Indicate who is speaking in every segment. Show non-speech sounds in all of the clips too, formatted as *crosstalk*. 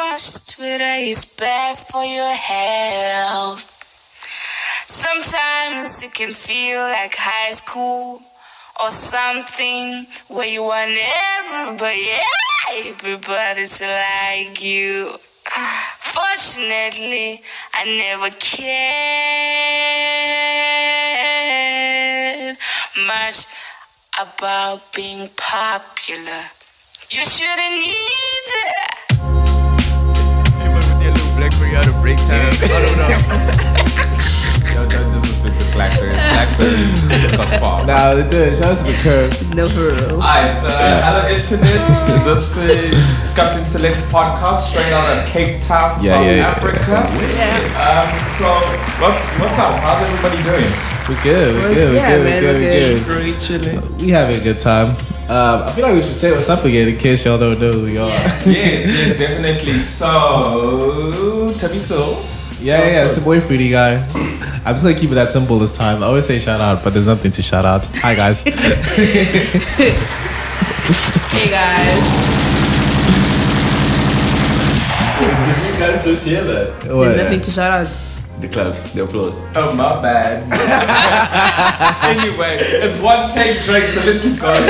Speaker 1: Watch Twitter is bad for your health. Sometimes it can feel like high school or something where you want everybody, everybody to like you. Fortunately, I never cared much about being popular. You shouldn't either.
Speaker 2: Hey, but with your little Blackberry out of break time. I don't know.
Speaker 3: Yo, don't disrespect the Blackberry. Blackberry took us far.
Speaker 4: Nah, it did. Shout out to the curve.
Speaker 5: No, for real.
Speaker 3: Alright, uh, hello internet. This is Captain Select's podcast straight out of Cape Town,
Speaker 4: Yeah,
Speaker 3: South
Speaker 4: yeah, yeah.
Speaker 3: Africa. Um, so what's what's up? How's everybody doing?
Speaker 4: We're good. We're
Speaker 5: We're-
Speaker 4: good. We're
Speaker 5: yeah,
Speaker 4: good.
Speaker 5: man,
Speaker 4: We're
Speaker 5: we're
Speaker 4: good. We're
Speaker 3: Great chilling.
Speaker 4: good. We having a good time. Um, I feel like we should say what's up again in case y'all don't know who we are. Yeah,
Speaker 3: Yes, yes, definitely. So Tabiso.
Speaker 4: *laughs* yeah, yeah. It's a boy foodie guy. *coughs* I'm just gonna keep it that simple this time. I always say shout out, but there's nothing to shout out. Hi guys.
Speaker 5: Hey guys,
Speaker 2: Did you guys just hear that?
Speaker 5: there's
Speaker 4: What?
Speaker 5: nothing to shout out.
Speaker 2: The claps, the applause.
Speaker 3: Oh my bad. anyway, it's one take Drake, so let's keep going.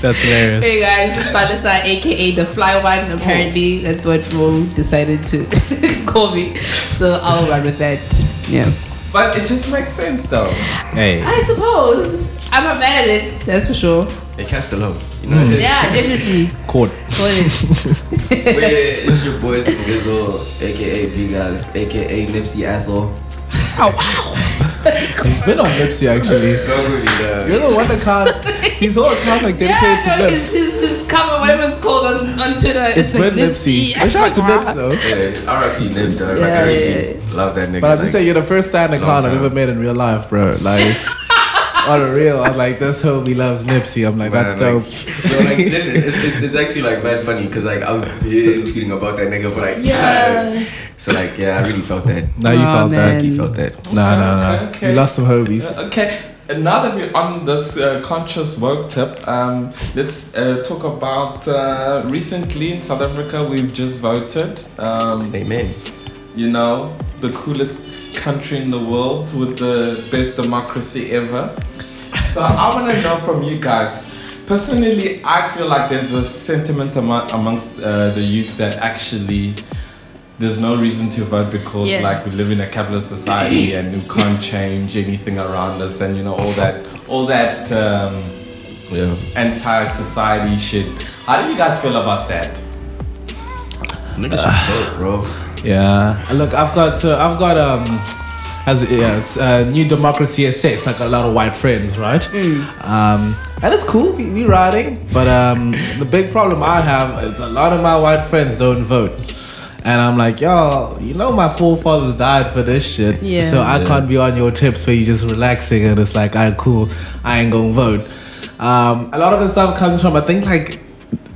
Speaker 4: That's hilarious.
Speaker 5: *laughs* Hey guys, it's Balisa, aka the Fly One. Apparently, that's what Mo decided to *laughs* call me. So I'll run with that. Yeah.
Speaker 3: But it just makes sense though.
Speaker 4: Hey.
Speaker 5: I suppose I'm not mad at it. That's for sure.
Speaker 2: They catch the love. You know, just
Speaker 5: Yeah, *laughs* definitely.
Speaker 4: Court.
Speaker 5: Call it.
Speaker 6: Wait, it's your boys from Grizzle, aka Big Guys, aka Nipsey Asshole.
Speaker 4: You've been on Nipsey actually.
Speaker 6: Don't really know.
Speaker 4: You're the one that can't. His whole account's like dedicated
Speaker 5: yeah,
Speaker 4: to
Speaker 5: no,
Speaker 4: Nips.
Speaker 5: his, his, his cover, whatever it's called on, on Twitter,
Speaker 4: It's
Speaker 5: like
Speaker 4: been Nipsey. But Shout out to Nips though.
Speaker 6: Yeah, RIP Nip, dog.
Speaker 5: Yeah,
Speaker 6: like, I
Speaker 5: yeah,
Speaker 6: love that nigga.
Speaker 4: But I'm
Speaker 6: like,
Speaker 4: just saying, you're the first stand account I've
Speaker 6: time.
Speaker 4: ever made in real life, *laughs* bro. Like, on the real, I'm like, this homie loves Nipsey. I'm like,
Speaker 6: Man,
Speaker 4: that's dope.
Speaker 6: like- yo, like, listen, it's, it's, it's actually like mad funny because like I've been tweeting about that nigga for like
Speaker 5: Yeah.
Speaker 6: time. *laughs* So like yeah, I really felt that.
Speaker 4: now you
Speaker 5: Aw,
Speaker 4: felt
Speaker 5: Oh, man.
Speaker 4: that.
Speaker 6: Really felt that.
Speaker 4: Nah, nah, nah.
Speaker 3: Okay.
Speaker 4: You lost some homies.
Speaker 3: Uh, Okay, and now that we're on this uh, conscious work tip, um, let's uh, talk about uh, recently in South Africa we've just voted,
Speaker 6: *sighs*
Speaker 3: um,
Speaker 2: Amen.
Speaker 3: you know, the coolest country in the world with the best democracy ever. So I want to know from you guys. Personally, I feel like there's a sentiment among, amongst uh, the youth that actually there's no reason to vote because
Speaker 5: Yeah.
Speaker 3: like we live in a capitalist society and we can't change anything around us and you know all that all that um,
Speaker 6: Yeah.
Speaker 3: anti-society shit. How do you guys feel about that?
Speaker 6: Nigga should vote, bro.
Speaker 4: Yeah. Look, I've got, uh, I've got, um, as yeah, it's, uh, New Democracy SS, like a lot of white friends, right?
Speaker 5: Mm.
Speaker 4: Um, and it's cool, we, we riding. But um, the big problem I have is a lot of my white friends don't vote. And I'm like, y'all, you know my forefathers died for this shit.
Speaker 5: Yeah.
Speaker 4: So I can't be on your tips where you're just relaxing and it's like, all right, cool, I ain't gonna vote. Um, a lot of the stuff comes from, I think, like,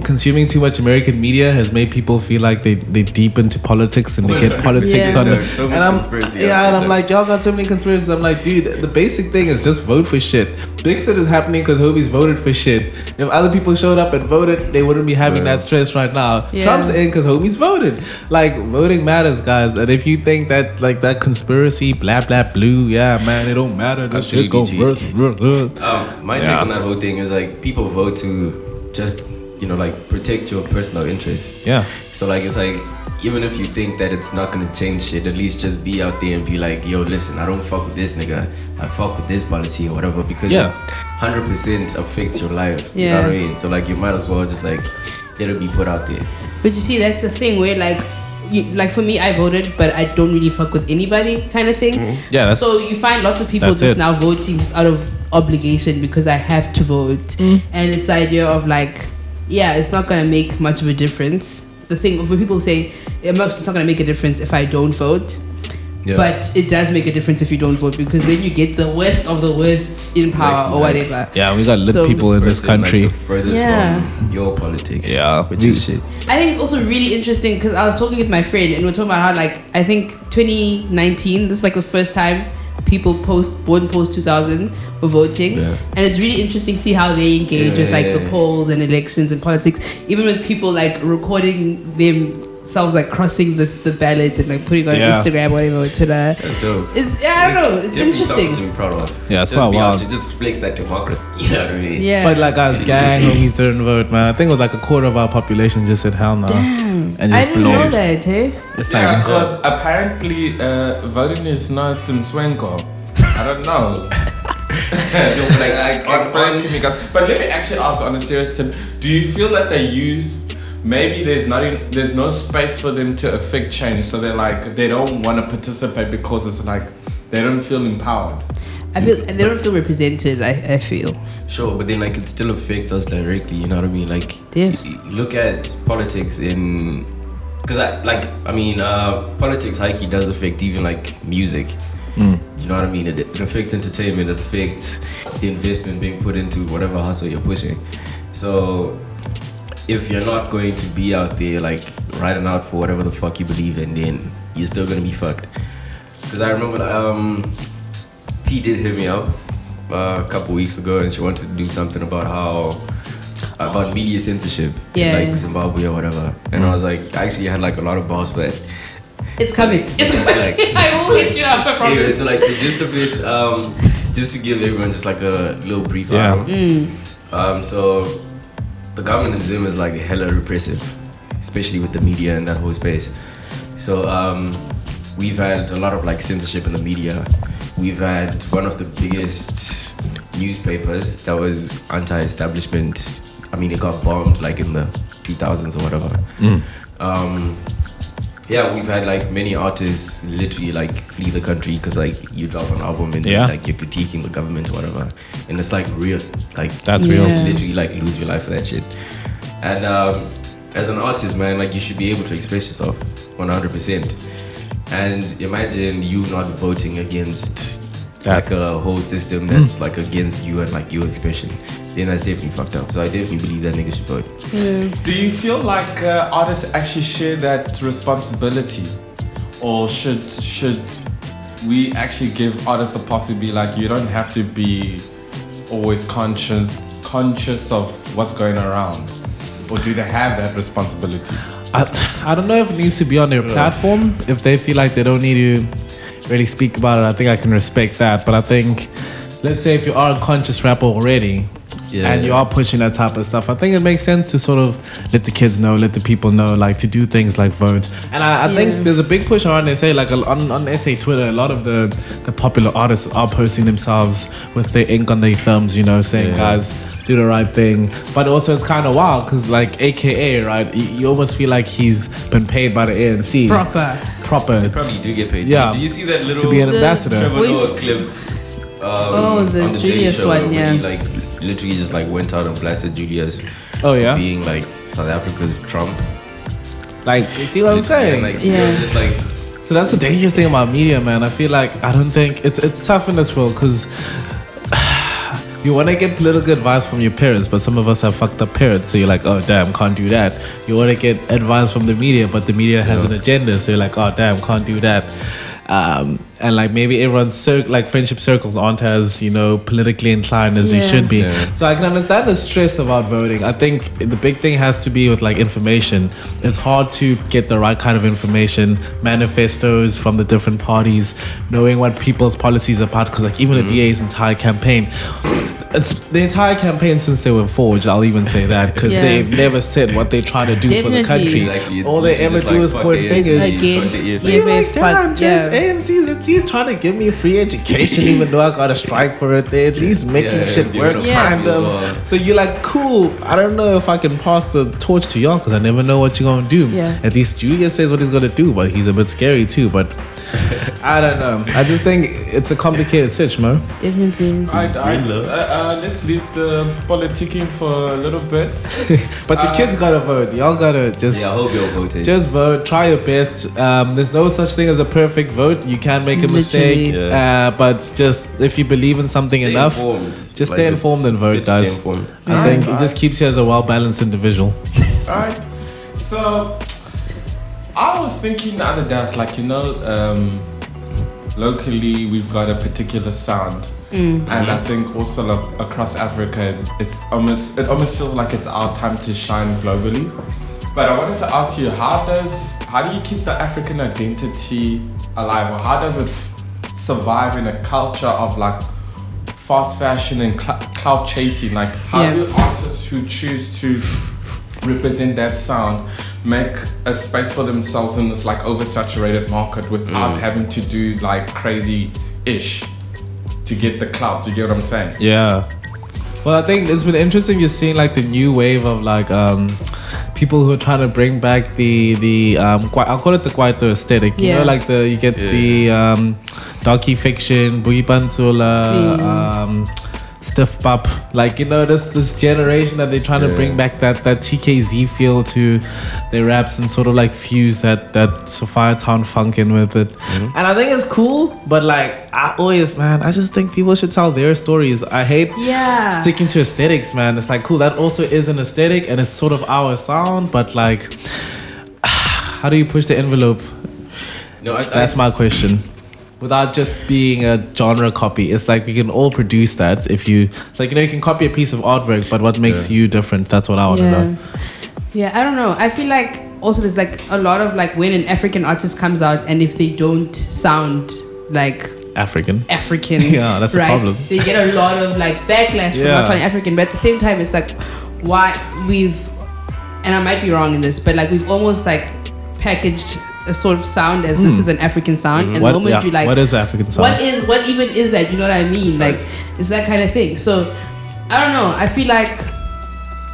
Speaker 4: consuming too much American media has made people feel like they, they deep into politics and they get politics
Speaker 5: Yeah.
Speaker 4: on
Speaker 6: There's Oh, so much
Speaker 4: and I'm,
Speaker 6: conspiracy out
Speaker 4: yeah, and
Speaker 6: there.
Speaker 4: I'm like, y'all got so many conspiracies. I'm like, dude, the basic thing is just vote for shit. Big shit is happening because Hobie's voted for shit. If other people showed up and voted, they wouldn't be having that stress right now.
Speaker 5: Yeah.
Speaker 4: Trump's in because Hobie's voted. Like, voting matters, guys. And if you think that, like, that conspiracy, blah, blah, blue, yeah, man, it don't matter. This shit go
Speaker 6: Absolutely,
Speaker 4: worse.
Speaker 6: Um, my take on that whole thing is like people vote to just you know like protect your personal interests.
Speaker 4: Yeah.
Speaker 6: So like it's like even if you think that it's not gonna change shit, at least just be out there and be like, yo, listen, I don't fuck with this nigga. I fuck with this policy or whatever because
Speaker 4: Yeah.
Speaker 6: hundred percent affects your life. You know
Speaker 5: Yeah.
Speaker 6: what I mean? So like you might as well just like let it be put out there.
Speaker 5: But you see, that's the thing where like, you, like for me, I voted, but I don't really fuck with anybody, kind of thing.
Speaker 4: Mm-hmm. Yeah, that's-
Speaker 5: so you find lots of people
Speaker 4: that's
Speaker 5: just
Speaker 4: it.
Speaker 5: now voting just out of obligation because I have to vote, and it's the idea of like, yeah, it's not gonna make much of a difference. The thing when people say it's not gonna make a difference if I don't vote.
Speaker 6: Yeah.
Speaker 5: But it does make a difference if you don't vote because then you get the worst of the worst in power or
Speaker 6: like-
Speaker 5: whatever.
Speaker 4: Yeah, we got
Speaker 5: lit So- people
Speaker 4: in
Speaker 6: Person, like, the furthest
Speaker 5: Yeah.
Speaker 6: from your politics.
Speaker 4: Yeah.
Speaker 6: Which is shit.
Speaker 5: I think it's also really interesting because I was talking with my friend and we are talking about how like I think 2019 this is like the first time people post born post 2000 were voting
Speaker 6: Yeah.
Speaker 5: and it's really interesting to see how they engage
Speaker 6: Yeah,
Speaker 5: with
Speaker 6: yeah,
Speaker 5: like
Speaker 6: yeah,
Speaker 5: the
Speaker 6: yeah.
Speaker 5: polls and elections and politics even with people like recording them selves like crossing the, the ballot and like putting on
Speaker 4: Yeah.
Speaker 5: Instagram, whatever, or Twitter.
Speaker 6: That's dope.
Speaker 5: It's yeah, I don't know. It's
Speaker 6: definitely something
Speaker 5: interesting.
Speaker 6: to be proud of.
Speaker 4: Yeah, it's
Speaker 6: just
Speaker 4: quite
Speaker 6: be
Speaker 4: wild.
Speaker 6: out there, Just flex that democracy. *laughs* You know what I mean?
Speaker 5: Yeah.
Speaker 4: But like us gang homies didn't vote, man. I think it was like a quarter of our population just said hell no. And
Speaker 5: I
Speaker 4: just
Speaker 5: didn't know
Speaker 4: blows.
Speaker 5: that, eh? hey?
Speaker 4: It's like
Speaker 3: Yeah, because apparently uh, voting is not in Swenko. I don't know. like, like, explain to me, guys. But let me actually ask on a serious tip: Do you feel that the youth, maybe there's not in, there's no space for them to affect change, so they're like they don't want to participate because it's like they don't feel empowered.
Speaker 5: I feel they don't feel represented. I, I feel.
Speaker 6: Sure, but then like it still affects us directly. You know what I mean? Like,
Speaker 5: Yes.
Speaker 6: y- look at politics in, because I like I mean uh, politics hikey does affect even like music. You know what I mean? It, it affects entertainment. It affects the investment being put into whatever hustle you're pushing. So if you're not going to be out there like riding out for whatever the fuck you believe in, then you're still gonna be fucked. Because I remember um, P did hit me up uh, a couple weeks ago, and she wanted to do something about how about media censorship,
Speaker 5: Yeah,
Speaker 6: in,
Speaker 5: yeah.
Speaker 6: like Zimbabwe or whatever. And I was like, I actually had like a lot of balls for that.
Speaker 5: It's coming. It's
Speaker 6: It's
Speaker 5: coming. *laughs*
Speaker 6: like-
Speaker 5: I will hit you up. I
Speaker 6: Anyway,
Speaker 5: promise.
Speaker 6: so like the gist of it, um, just to give everyone just like a little brief
Speaker 4: Yeah.
Speaker 6: outline. Um, so the government in Zim is like hella repressive, especially with the media and that whole space. So um, we've had a lot of like censorship in the media. We've had one of the biggest newspapers that was anti-establishment. I mean, it got bombed like in the 2000s or whatever. Um, yeah, we've had like many artists literally like flee the country because like you drop an album and
Speaker 4: Yeah.
Speaker 6: like you're critiquing the government or whatever, and it's like real, like
Speaker 4: That's
Speaker 5: real.
Speaker 6: you
Speaker 5: Yeah.
Speaker 6: literally like lose your life for that shit. And um, as an artist, man, like you should be able to express yourself 100%. And imagine you not voting against like a whole
Speaker 4: Hmm.
Speaker 6: system that's like against you and like your expression. Then that's definitely fucked up. So I definitely believe that niggas should vote.
Speaker 3: Do you feel like uh, artists actually share that responsibility, or should should we actually give artists a possibility? Like you don't have to be always conscious conscious of what's going around, or do they have that responsibility?
Speaker 4: I, I don't know if it needs to be on their platform. If they feel like they don't need to really speak about it, I think I can respect that. But I think, let's say if you are a conscious rapper already,
Speaker 6: Yeah.
Speaker 4: and you are pushing that type of stuff, I think it makes sense to sort of let the kids know, let the people know, like to do things like vote. And I, I
Speaker 5: Yeah.
Speaker 4: think there's a big push around SA, like a- on, on SA Twitter, a lot of the, the popular artists are posting themselves with their ink on their thumbs, you know, saying, guys, do the right thing. But also, it's kind of wild because, like, AKA, right? You, you almost feel like he's been paid by the ANC.
Speaker 5: Proper.
Speaker 4: Proper.
Speaker 6: Probably do get paid.
Speaker 4: Yeah.
Speaker 6: Do you see that little
Speaker 4: To be an
Speaker 5: The-
Speaker 4: ambassador.
Speaker 6: Trevor Noah
Speaker 5: Voice-
Speaker 6: clip? Um,
Speaker 5: Oh, the
Speaker 6: on Daily
Speaker 5: Julius
Speaker 6: Show
Speaker 5: one,
Speaker 6: where He,
Speaker 5: yeah.
Speaker 6: like literally just like went out and blasted Julius.
Speaker 4: Oh,
Speaker 6: for
Speaker 4: yeah?
Speaker 6: Being like South Africa's Trump.
Speaker 4: Like, you see what I'm saying?
Speaker 6: Like,
Speaker 5: Yeah.
Speaker 6: It was just like
Speaker 4: So that's the dangerous thing about media, man. I feel like I don't think it's it's tough in this world because *sighs* you want to get political advice from your parents, but some of us have fucked up parents, so you're like, oh damn, can't do that. You want to get advice from the media, but the media has an agenda, so you're like, oh damn, can't do that. Um, and like maybe everyone's cir- like friendship circles aren't as you know politically inclined as they
Speaker 5: Yeah.
Speaker 4: should be.
Speaker 6: Yeah.
Speaker 4: So I can understand the stress about voting. I think the big thing has to be with like information. It's hard to get the right kind of information, manifestos from the different parties, knowing what people's policies are about. Because like even the
Speaker 6: Mm-hmm.
Speaker 4: DA's entire campaign, it's the entire campaign since they were forged. I'll even say that because
Speaker 5: Yeah.
Speaker 4: they've never said what they're trying to do for
Speaker 5: Definitely.
Speaker 4: the country.
Speaker 6: Exactly, it's
Speaker 4: All they
Speaker 6: literally
Speaker 4: ever
Speaker 6: just
Speaker 4: do
Speaker 6: like,
Speaker 4: is
Speaker 6: fuck
Speaker 4: point
Speaker 6: the
Speaker 4: fingers.
Speaker 6: ANC,
Speaker 5: Against-
Speaker 6: fuck the ANC.
Speaker 5: yeah.
Speaker 4: You're
Speaker 5: very
Speaker 4: like, damn,
Speaker 5: fucked,
Speaker 4: just
Speaker 5: yeah.
Speaker 4: ANC's at least trying to give me free education, even though I got a strike for it. They're at least making
Speaker 6: Yeah,
Speaker 4: shit
Speaker 6: give it
Speaker 4: work,
Speaker 6: a
Speaker 5: Yeah.
Speaker 4: kind
Speaker 6: copy as
Speaker 4: of.
Speaker 6: well.
Speaker 4: So you're like, cool, I don't know if I can pass the torch to y'all because I never know what you're going to do.
Speaker 5: Yeah.
Speaker 4: At least Julia says what he's going to do, but he's a bit scary too.
Speaker 6: *laughs*
Speaker 4: But I don't know. I just think it's a complicated sitch, man. *laughs*
Speaker 5: Definitely.
Speaker 3: I, I,
Speaker 6: Really?
Speaker 3: uh, uh, let's leave the politicking for a little bit.
Speaker 4: But the kids got to vote. Y'all got to just.
Speaker 6: Uh, Yeah, I hope you all voted.
Speaker 4: Just vote. Try your best. Um, there's no such thing as a perfect vote. You can make a mistake,
Speaker 5: Literally.
Speaker 4: uh, but just if you believe in something
Speaker 6: Stay
Speaker 4: enough,
Speaker 6: informed.
Speaker 4: just
Speaker 6: Like,
Speaker 4: stay
Speaker 6: it's-
Speaker 4: informed and
Speaker 6: it's
Speaker 4: vote,
Speaker 6: good to stay
Speaker 4: guys.
Speaker 6: informed.
Speaker 4: I think it just keeps you as a well balanced individual.
Speaker 3: Alright. So I was thinking the other day, I was like, you know, um, locally we've got a particular sound. And I think also like, across Africa, it's almost it almost feels like it's our time to shine globally. But I wanted to ask you, how does how do you keep the African identity alive, or how does it f- survive in a culture of like fast fashion and cl- cloud chasing? Like, how
Speaker 5: Yeah.
Speaker 3: do artists who choose to represent that sound make a space for themselves in this like oversaturated market
Speaker 4: Mm.
Speaker 3: without having to do like crazy ish to get the clout? Do you get what I'm saying?
Speaker 4: Yeah. Well, I think it's been interesting just seeing like the new wave of like um, people who are trying to bring back the the um, qui- I'll call it the Kwaito aesthetic. You
Speaker 5: Yeah.
Speaker 4: know, like the you get the um, docu fiction, Boogie Pansula,
Speaker 5: Mm.
Speaker 4: um, Stiff Pop. Like you know, this this generation that they're trying to bring back that that TKZ feel to their raps and sort of like fuse that that Sophia Town funk in with it. And I think it's cool, but like I always, man, I just think people should tell their stories. I hate
Speaker 5: Yeah.
Speaker 4: sticking to aesthetics, man. It's like cool. That also is an aesthetic, and it's sort of our sound. But like, *sighs* how do you push the envelope?
Speaker 6: No, I, I,
Speaker 4: That's my question. Without just being a genre copy, it's like we can all produce that. If you, it's like you know, you can copy a piece of artwork, but what makes you different? That's what I want to know.
Speaker 5: Yeah, I don't know. I feel like also there's like a lot of like when an African artist comes out and if they don't sound like
Speaker 4: African. *laughs*
Speaker 5: African,
Speaker 4: Yeah, that's the
Speaker 5: right,
Speaker 4: problem.
Speaker 5: They get a lot of like backlash for
Speaker 4: Yeah.
Speaker 5: not sounding African, but at the same time, it's like why we've and I might be wrong in this, but like we've almost like packaged a sort of sound as this is an African sound, and
Speaker 4: Hmm. Mm-hmm. What-
Speaker 5: the moment
Speaker 4: yeah,
Speaker 5: you like
Speaker 4: what is African sound?
Speaker 5: what is what even is that? You know what I mean? Like it's that kind of thing. So I don't know. I feel like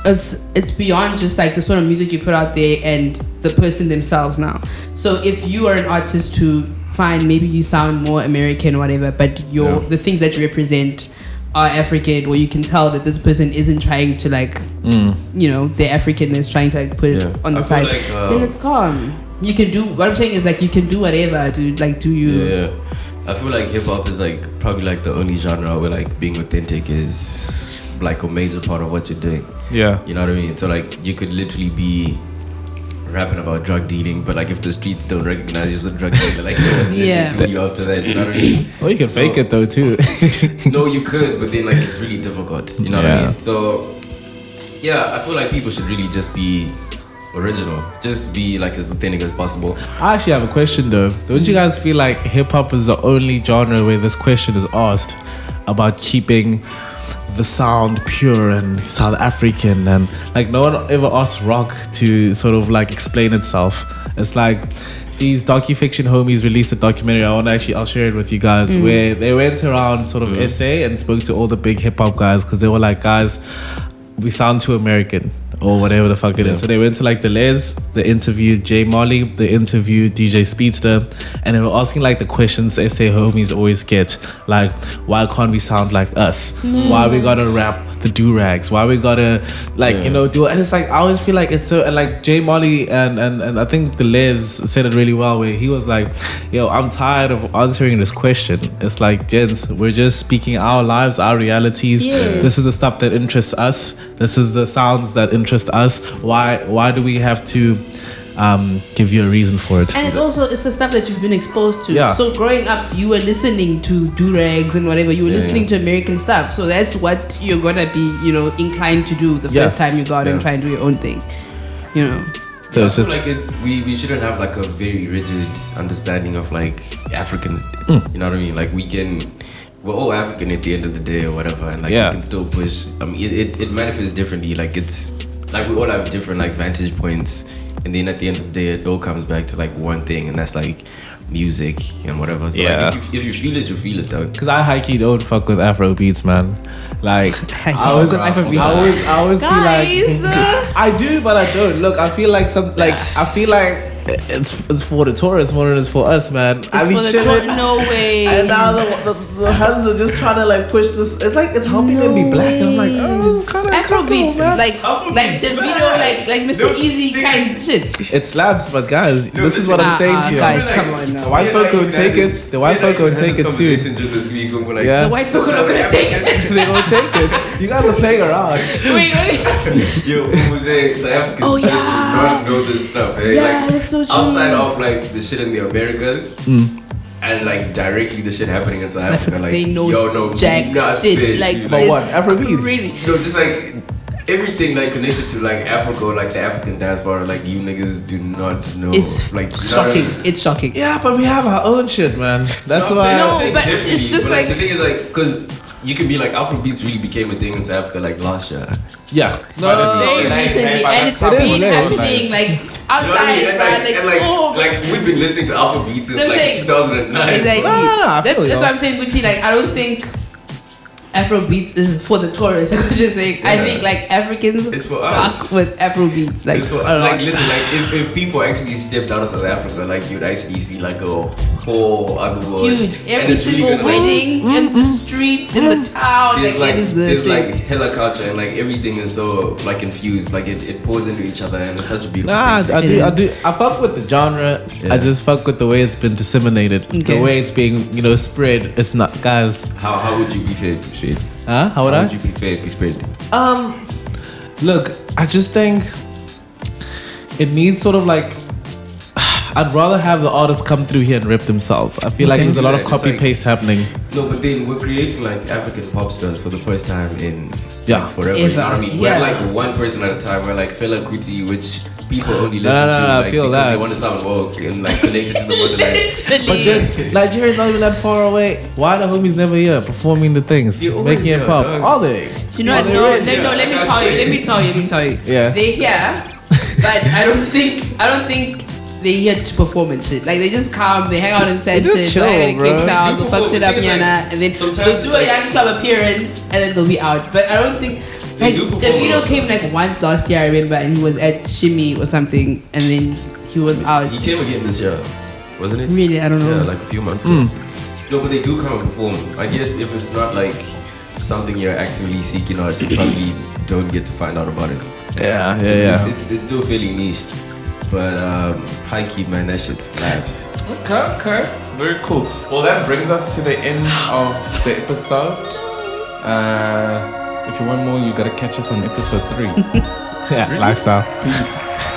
Speaker 5: it's it's beyond just like the sort of music you put out there and the person themselves now. So if you are an artist who fine, maybe you sound more American or whatever, but your the things that you represent are African or you can tell that this person isn't trying to like you know, the Africanness trying to like put
Speaker 6: Mm.
Speaker 5: it
Speaker 6: Yeah.
Speaker 5: on the
Speaker 6: I feel
Speaker 5: side.
Speaker 6: like, uh,
Speaker 5: then it's calm. You can do what I'm saying is like you can do whatever, dude. Like do you
Speaker 6: Yeah, I feel like hip hop is like probably like the only genre where like being authentic is like a major part of what you're doing.
Speaker 4: Yeah.
Speaker 6: You know what I mean? So like you could literally be rapping about drug dealing, but like if the streets don't recognize you as a drug dealer, like no one's
Speaker 5: Yeah.
Speaker 6: listening to you after that. You know what I mean?
Speaker 4: Well, you can
Speaker 6: So-
Speaker 4: fake it though too. *laughs*
Speaker 6: no, you could, but then like it's really difficult. You know what
Speaker 4: Yeah.
Speaker 6: I mean? So yeah, I feel like people should really just be original. Just be like as authentic as possible.
Speaker 4: I actually have a question though. Don't you guys feel like hip hop is the only genre where this question is asked about keeping the sound pure and South African and like no one ever asks rock to sort of like explain itself. It's like these docufiction homies released a documentary. I want to actually I'll share it with you guys where they went around sort of SA and spoke to all the big hip hop guys because they were like guys, we sound too American or whatever the fuck it is. So they went to like the Les, they interviewed Jay Molly, they interviewed DJ Speedster, and they were asking like the questions SA homies always get, like why can't we sound like us? Why we gotta rap the do rags? Why we gotta like you know do? And it's like I always feel like it's so and like Jay Molly and and and I think the Les said it really well where he was like, yo, I'm tired of answering this question. It's like gents, we're just speaking our lives, our realities.
Speaker 5: Yes.
Speaker 4: This is the stuff that interests us. This is the sounds that interest us. Why why do we have to um, give you a reason for it?
Speaker 5: And it's also it's the stuff that you've been exposed to.
Speaker 4: Yeah.
Speaker 5: So growing up, you were listening to do rags and whatever. You were listening to American stuff. So that's what you're gonna be, you know, inclined to do the
Speaker 4: Yeah.
Speaker 5: first time you go out and try and do your own thing. You know.
Speaker 4: So it's
Speaker 6: I feel
Speaker 4: just
Speaker 6: like it's we, we shouldn't have like a very rigid understanding of like African. You know what I mean? Like we can, we're all African at the end of the day or whatever, and like
Speaker 4: Yeah.
Speaker 6: we can still push. I mean, it, it, it manifests differently. Like it's like we all have different like vantage points, and then at the end of the day, it all comes back to like one thing, and that's like music and whatever. So
Speaker 4: Yeah.
Speaker 6: like if you, if you feel it, you feel it, dog.
Speaker 4: Cause I hikey don't fuck with Afro beats, man. Like
Speaker 5: I
Speaker 4: I always,
Speaker 5: don't
Speaker 4: I
Speaker 5: fuck with
Speaker 4: always,
Speaker 5: Afrobeats.
Speaker 4: I always
Speaker 5: Guys,
Speaker 4: feel
Speaker 5: uh.
Speaker 4: like *laughs* I do, but I don't. Look, I feel like some, like I feel like it's it's for the tourists more than it's for us, man. I
Speaker 5: It's
Speaker 4: be
Speaker 5: for the
Speaker 4: chilling,
Speaker 5: tour- no way.
Speaker 4: *laughs* and now the, the, the hands are just trying to like push this. It's like it's helping them be black, and I'm like, oh, kind of
Speaker 5: Afrobeats,
Speaker 4: man.
Speaker 5: like like Davido, like like Mr.
Speaker 6: Those
Speaker 5: Easy
Speaker 6: things-
Speaker 5: kind shit.
Speaker 4: it slaps, but guys, this is what I'm
Speaker 5: Uh-uh,
Speaker 4: saying to you.
Speaker 5: guys, come on now.
Speaker 4: White folk will take it. The white folk will take it soon.
Speaker 6: yeah.
Speaker 4: Yeah.
Speaker 5: The white folk are not gonna take
Speaker 6: *laughs*
Speaker 4: *laughs*
Speaker 5: it.
Speaker 4: They gonna take it. You guys are playing around.
Speaker 5: Wait, wait.
Speaker 6: Yo, Jose, South Africans
Speaker 5: Oh,
Speaker 6: just do
Speaker 5: yeah.
Speaker 6: not know this stuff. Eh?
Speaker 5: Yeah,
Speaker 6: like,
Speaker 5: that's so true.
Speaker 6: Outside of like the shit in the Americas.
Speaker 4: Mm.
Speaker 6: And like directly the shit happening in South Africa, like
Speaker 5: they know
Speaker 6: yo, no,
Speaker 5: jack
Speaker 6: nothing,
Speaker 5: shit. Like
Speaker 6: dude,
Speaker 4: But
Speaker 5: it's
Speaker 4: what, Afrobeats?
Speaker 5: Crazy.
Speaker 6: no, just like everything like connected to like Africa, or, like the African diaspora, like you niggas do not know.
Speaker 5: It's
Speaker 6: like you know what I
Speaker 5: shocking.
Speaker 6: mean?
Speaker 5: It's shocking.
Speaker 4: Yeah, but we have our own shit, man. That's
Speaker 6: No, I'm
Speaker 4: why.
Speaker 6: saying- I'm
Speaker 5: No,
Speaker 6: saying
Speaker 5: but
Speaker 6: differently,
Speaker 5: it's just
Speaker 6: but,
Speaker 5: like-
Speaker 6: the thing is like because you can be like Afrobeats really became a thing in South Africa like last year.
Speaker 4: Yeah.
Speaker 6: Oh,
Speaker 3: But it's-
Speaker 5: Very
Speaker 3: Like,
Speaker 5: recently,
Speaker 3: like,
Speaker 5: and it's
Speaker 4: like,
Speaker 5: been
Speaker 4: like,
Speaker 6: You
Speaker 5: happening like
Speaker 6: know what I mean?
Speaker 5: outside,
Speaker 6: And,
Speaker 5: man. Like,
Speaker 6: and,
Speaker 5: oh,
Speaker 6: like we've been listening to Afrobeats since
Speaker 5: I'm
Speaker 6: like
Speaker 5: saying-
Speaker 6: 2009.
Speaker 5: Exactly.
Speaker 6: *laughs*
Speaker 4: No, no, no, I
Speaker 5: That-
Speaker 4: feel you.
Speaker 5: that's why I'm saying, Guti, like, I don't think Afrobeats is for the tourists. *laughs* I'm just saying, I
Speaker 6: Yeah.
Speaker 5: think, like, Africans
Speaker 6: It's for
Speaker 5: fuck
Speaker 6: us.
Speaker 5: with Afrobeats. Like,
Speaker 6: Just for-
Speaker 5: a lot.
Speaker 6: like listen, like if, if people actually stepped out of South Africa, like you'd actually see like a whole other world.
Speaker 5: huge.
Speaker 6: And
Speaker 5: Every
Speaker 6: it's really
Speaker 5: single
Speaker 6: gonna, like,
Speaker 5: wedding in the streets, in the town, like,
Speaker 6: There's like
Speaker 5: it is
Speaker 6: there's
Speaker 5: the
Speaker 6: like
Speaker 5: shit.
Speaker 6: hella culture and like everything is so like infused, like it, it pours into each other and it's such a beautiful
Speaker 4: Nah,
Speaker 6: thing.
Speaker 4: I
Speaker 5: It
Speaker 4: do, I
Speaker 5: is.
Speaker 4: do. I fuck with the genre.
Speaker 6: Yeah.
Speaker 4: I just fuck with the way it's been disseminated,
Speaker 5: Okay.
Speaker 4: the way it's being, you know, spread. It's not, guys.
Speaker 6: How how would you be fed? Spread?
Speaker 4: Huh? How would
Speaker 6: How
Speaker 4: I?
Speaker 6: would you be fed? Be spread?
Speaker 4: Um, look, I just think it needs sort of like. *sighs* I'd rather have the artists come through here and rip themselves. I feel like
Speaker 6: Okay.
Speaker 4: there's a lot of
Speaker 6: Yeah, it's
Speaker 4: copy
Speaker 6: like-
Speaker 4: paste happening.
Speaker 6: No, but then we're creating like African pop stars for the first time in
Speaker 4: Yeah.
Speaker 6: like, forever.
Speaker 5: Ever,
Speaker 6: You know what I mean?
Speaker 5: uh, yeah.
Speaker 6: We're like one person at a time. We're like Fela Kuti, which people only listen
Speaker 4: No, no,
Speaker 6: to
Speaker 4: no, I
Speaker 6: like,
Speaker 4: feel
Speaker 6: because
Speaker 4: that.
Speaker 6: they want to sound woke and like connected to the motherland.
Speaker 5: *laughs*
Speaker 4: But
Speaker 5: Literally.
Speaker 4: just Nigeria's not even that far away. Why the homies never here performing the things,
Speaker 6: They're always
Speaker 4: making it
Speaker 6: here,
Speaker 4: pop?
Speaker 6: dog.
Speaker 4: All they.
Speaker 5: You know, what?
Speaker 6: Well,
Speaker 5: no,
Speaker 6: there is,
Speaker 5: let,
Speaker 6: yeah.
Speaker 5: no, let me
Speaker 6: Like I
Speaker 5: tell you,
Speaker 6: said.
Speaker 5: let me tell you, let me tell you.
Speaker 4: *laughs* Yeah.
Speaker 5: They're here, but I don't think, I don't think they're here to perform and shit. Like, they just come, they hang out and send
Speaker 4: They just
Speaker 5: shit,
Speaker 4: chill,
Speaker 5: they
Speaker 4: bro.
Speaker 5: click out,
Speaker 6: They
Speaker 5: they
Speaker 6: do
Speaker 5: fuck
Speaker 6: perform.
Speaker 5: shit
Speaker 6: The
Speaker 5: up,
Speaker 6: thing is, like,
Speaker 5: yana, and then they'll
Speaker 6: sometimes,
Speaker 5: do a
Speaker 6: like-
Speaker 5: young club appearance, and then they'll be out. But I don't think,
Speaker 6: They
Speaker 5: like,
Speaker 6: do perform.
Speaker 5: Davido came like once last year, I remember, and he was at Shimmy or something, and then he was out.
Speaker 6: He came again this year, wasn't it?
Speaker 5: Really, I don't know.
Speaker 6: Yeah, like a few months ago.
Speaker 4: Hmm.
Speaker 6: No, but they do come and perform. I guess if it's not like something you're actively seeking out, you probably don't get to find out about it.
Speaker 4: Yeah, yeah,
Speaker 6: It's-
Speaker 4: yeah.
Speaker 6: It's, it's still fairly niche. But um, high key, man, that shit slaps.
Speaker 3: Okay, okay. Very cool. Well, that brings us to the end of the episode. Uh, if you want more, you gotta catch us on episode three.
Speaker 4: *laughs* yeah, lifestyle.
Speaker 3: Peace.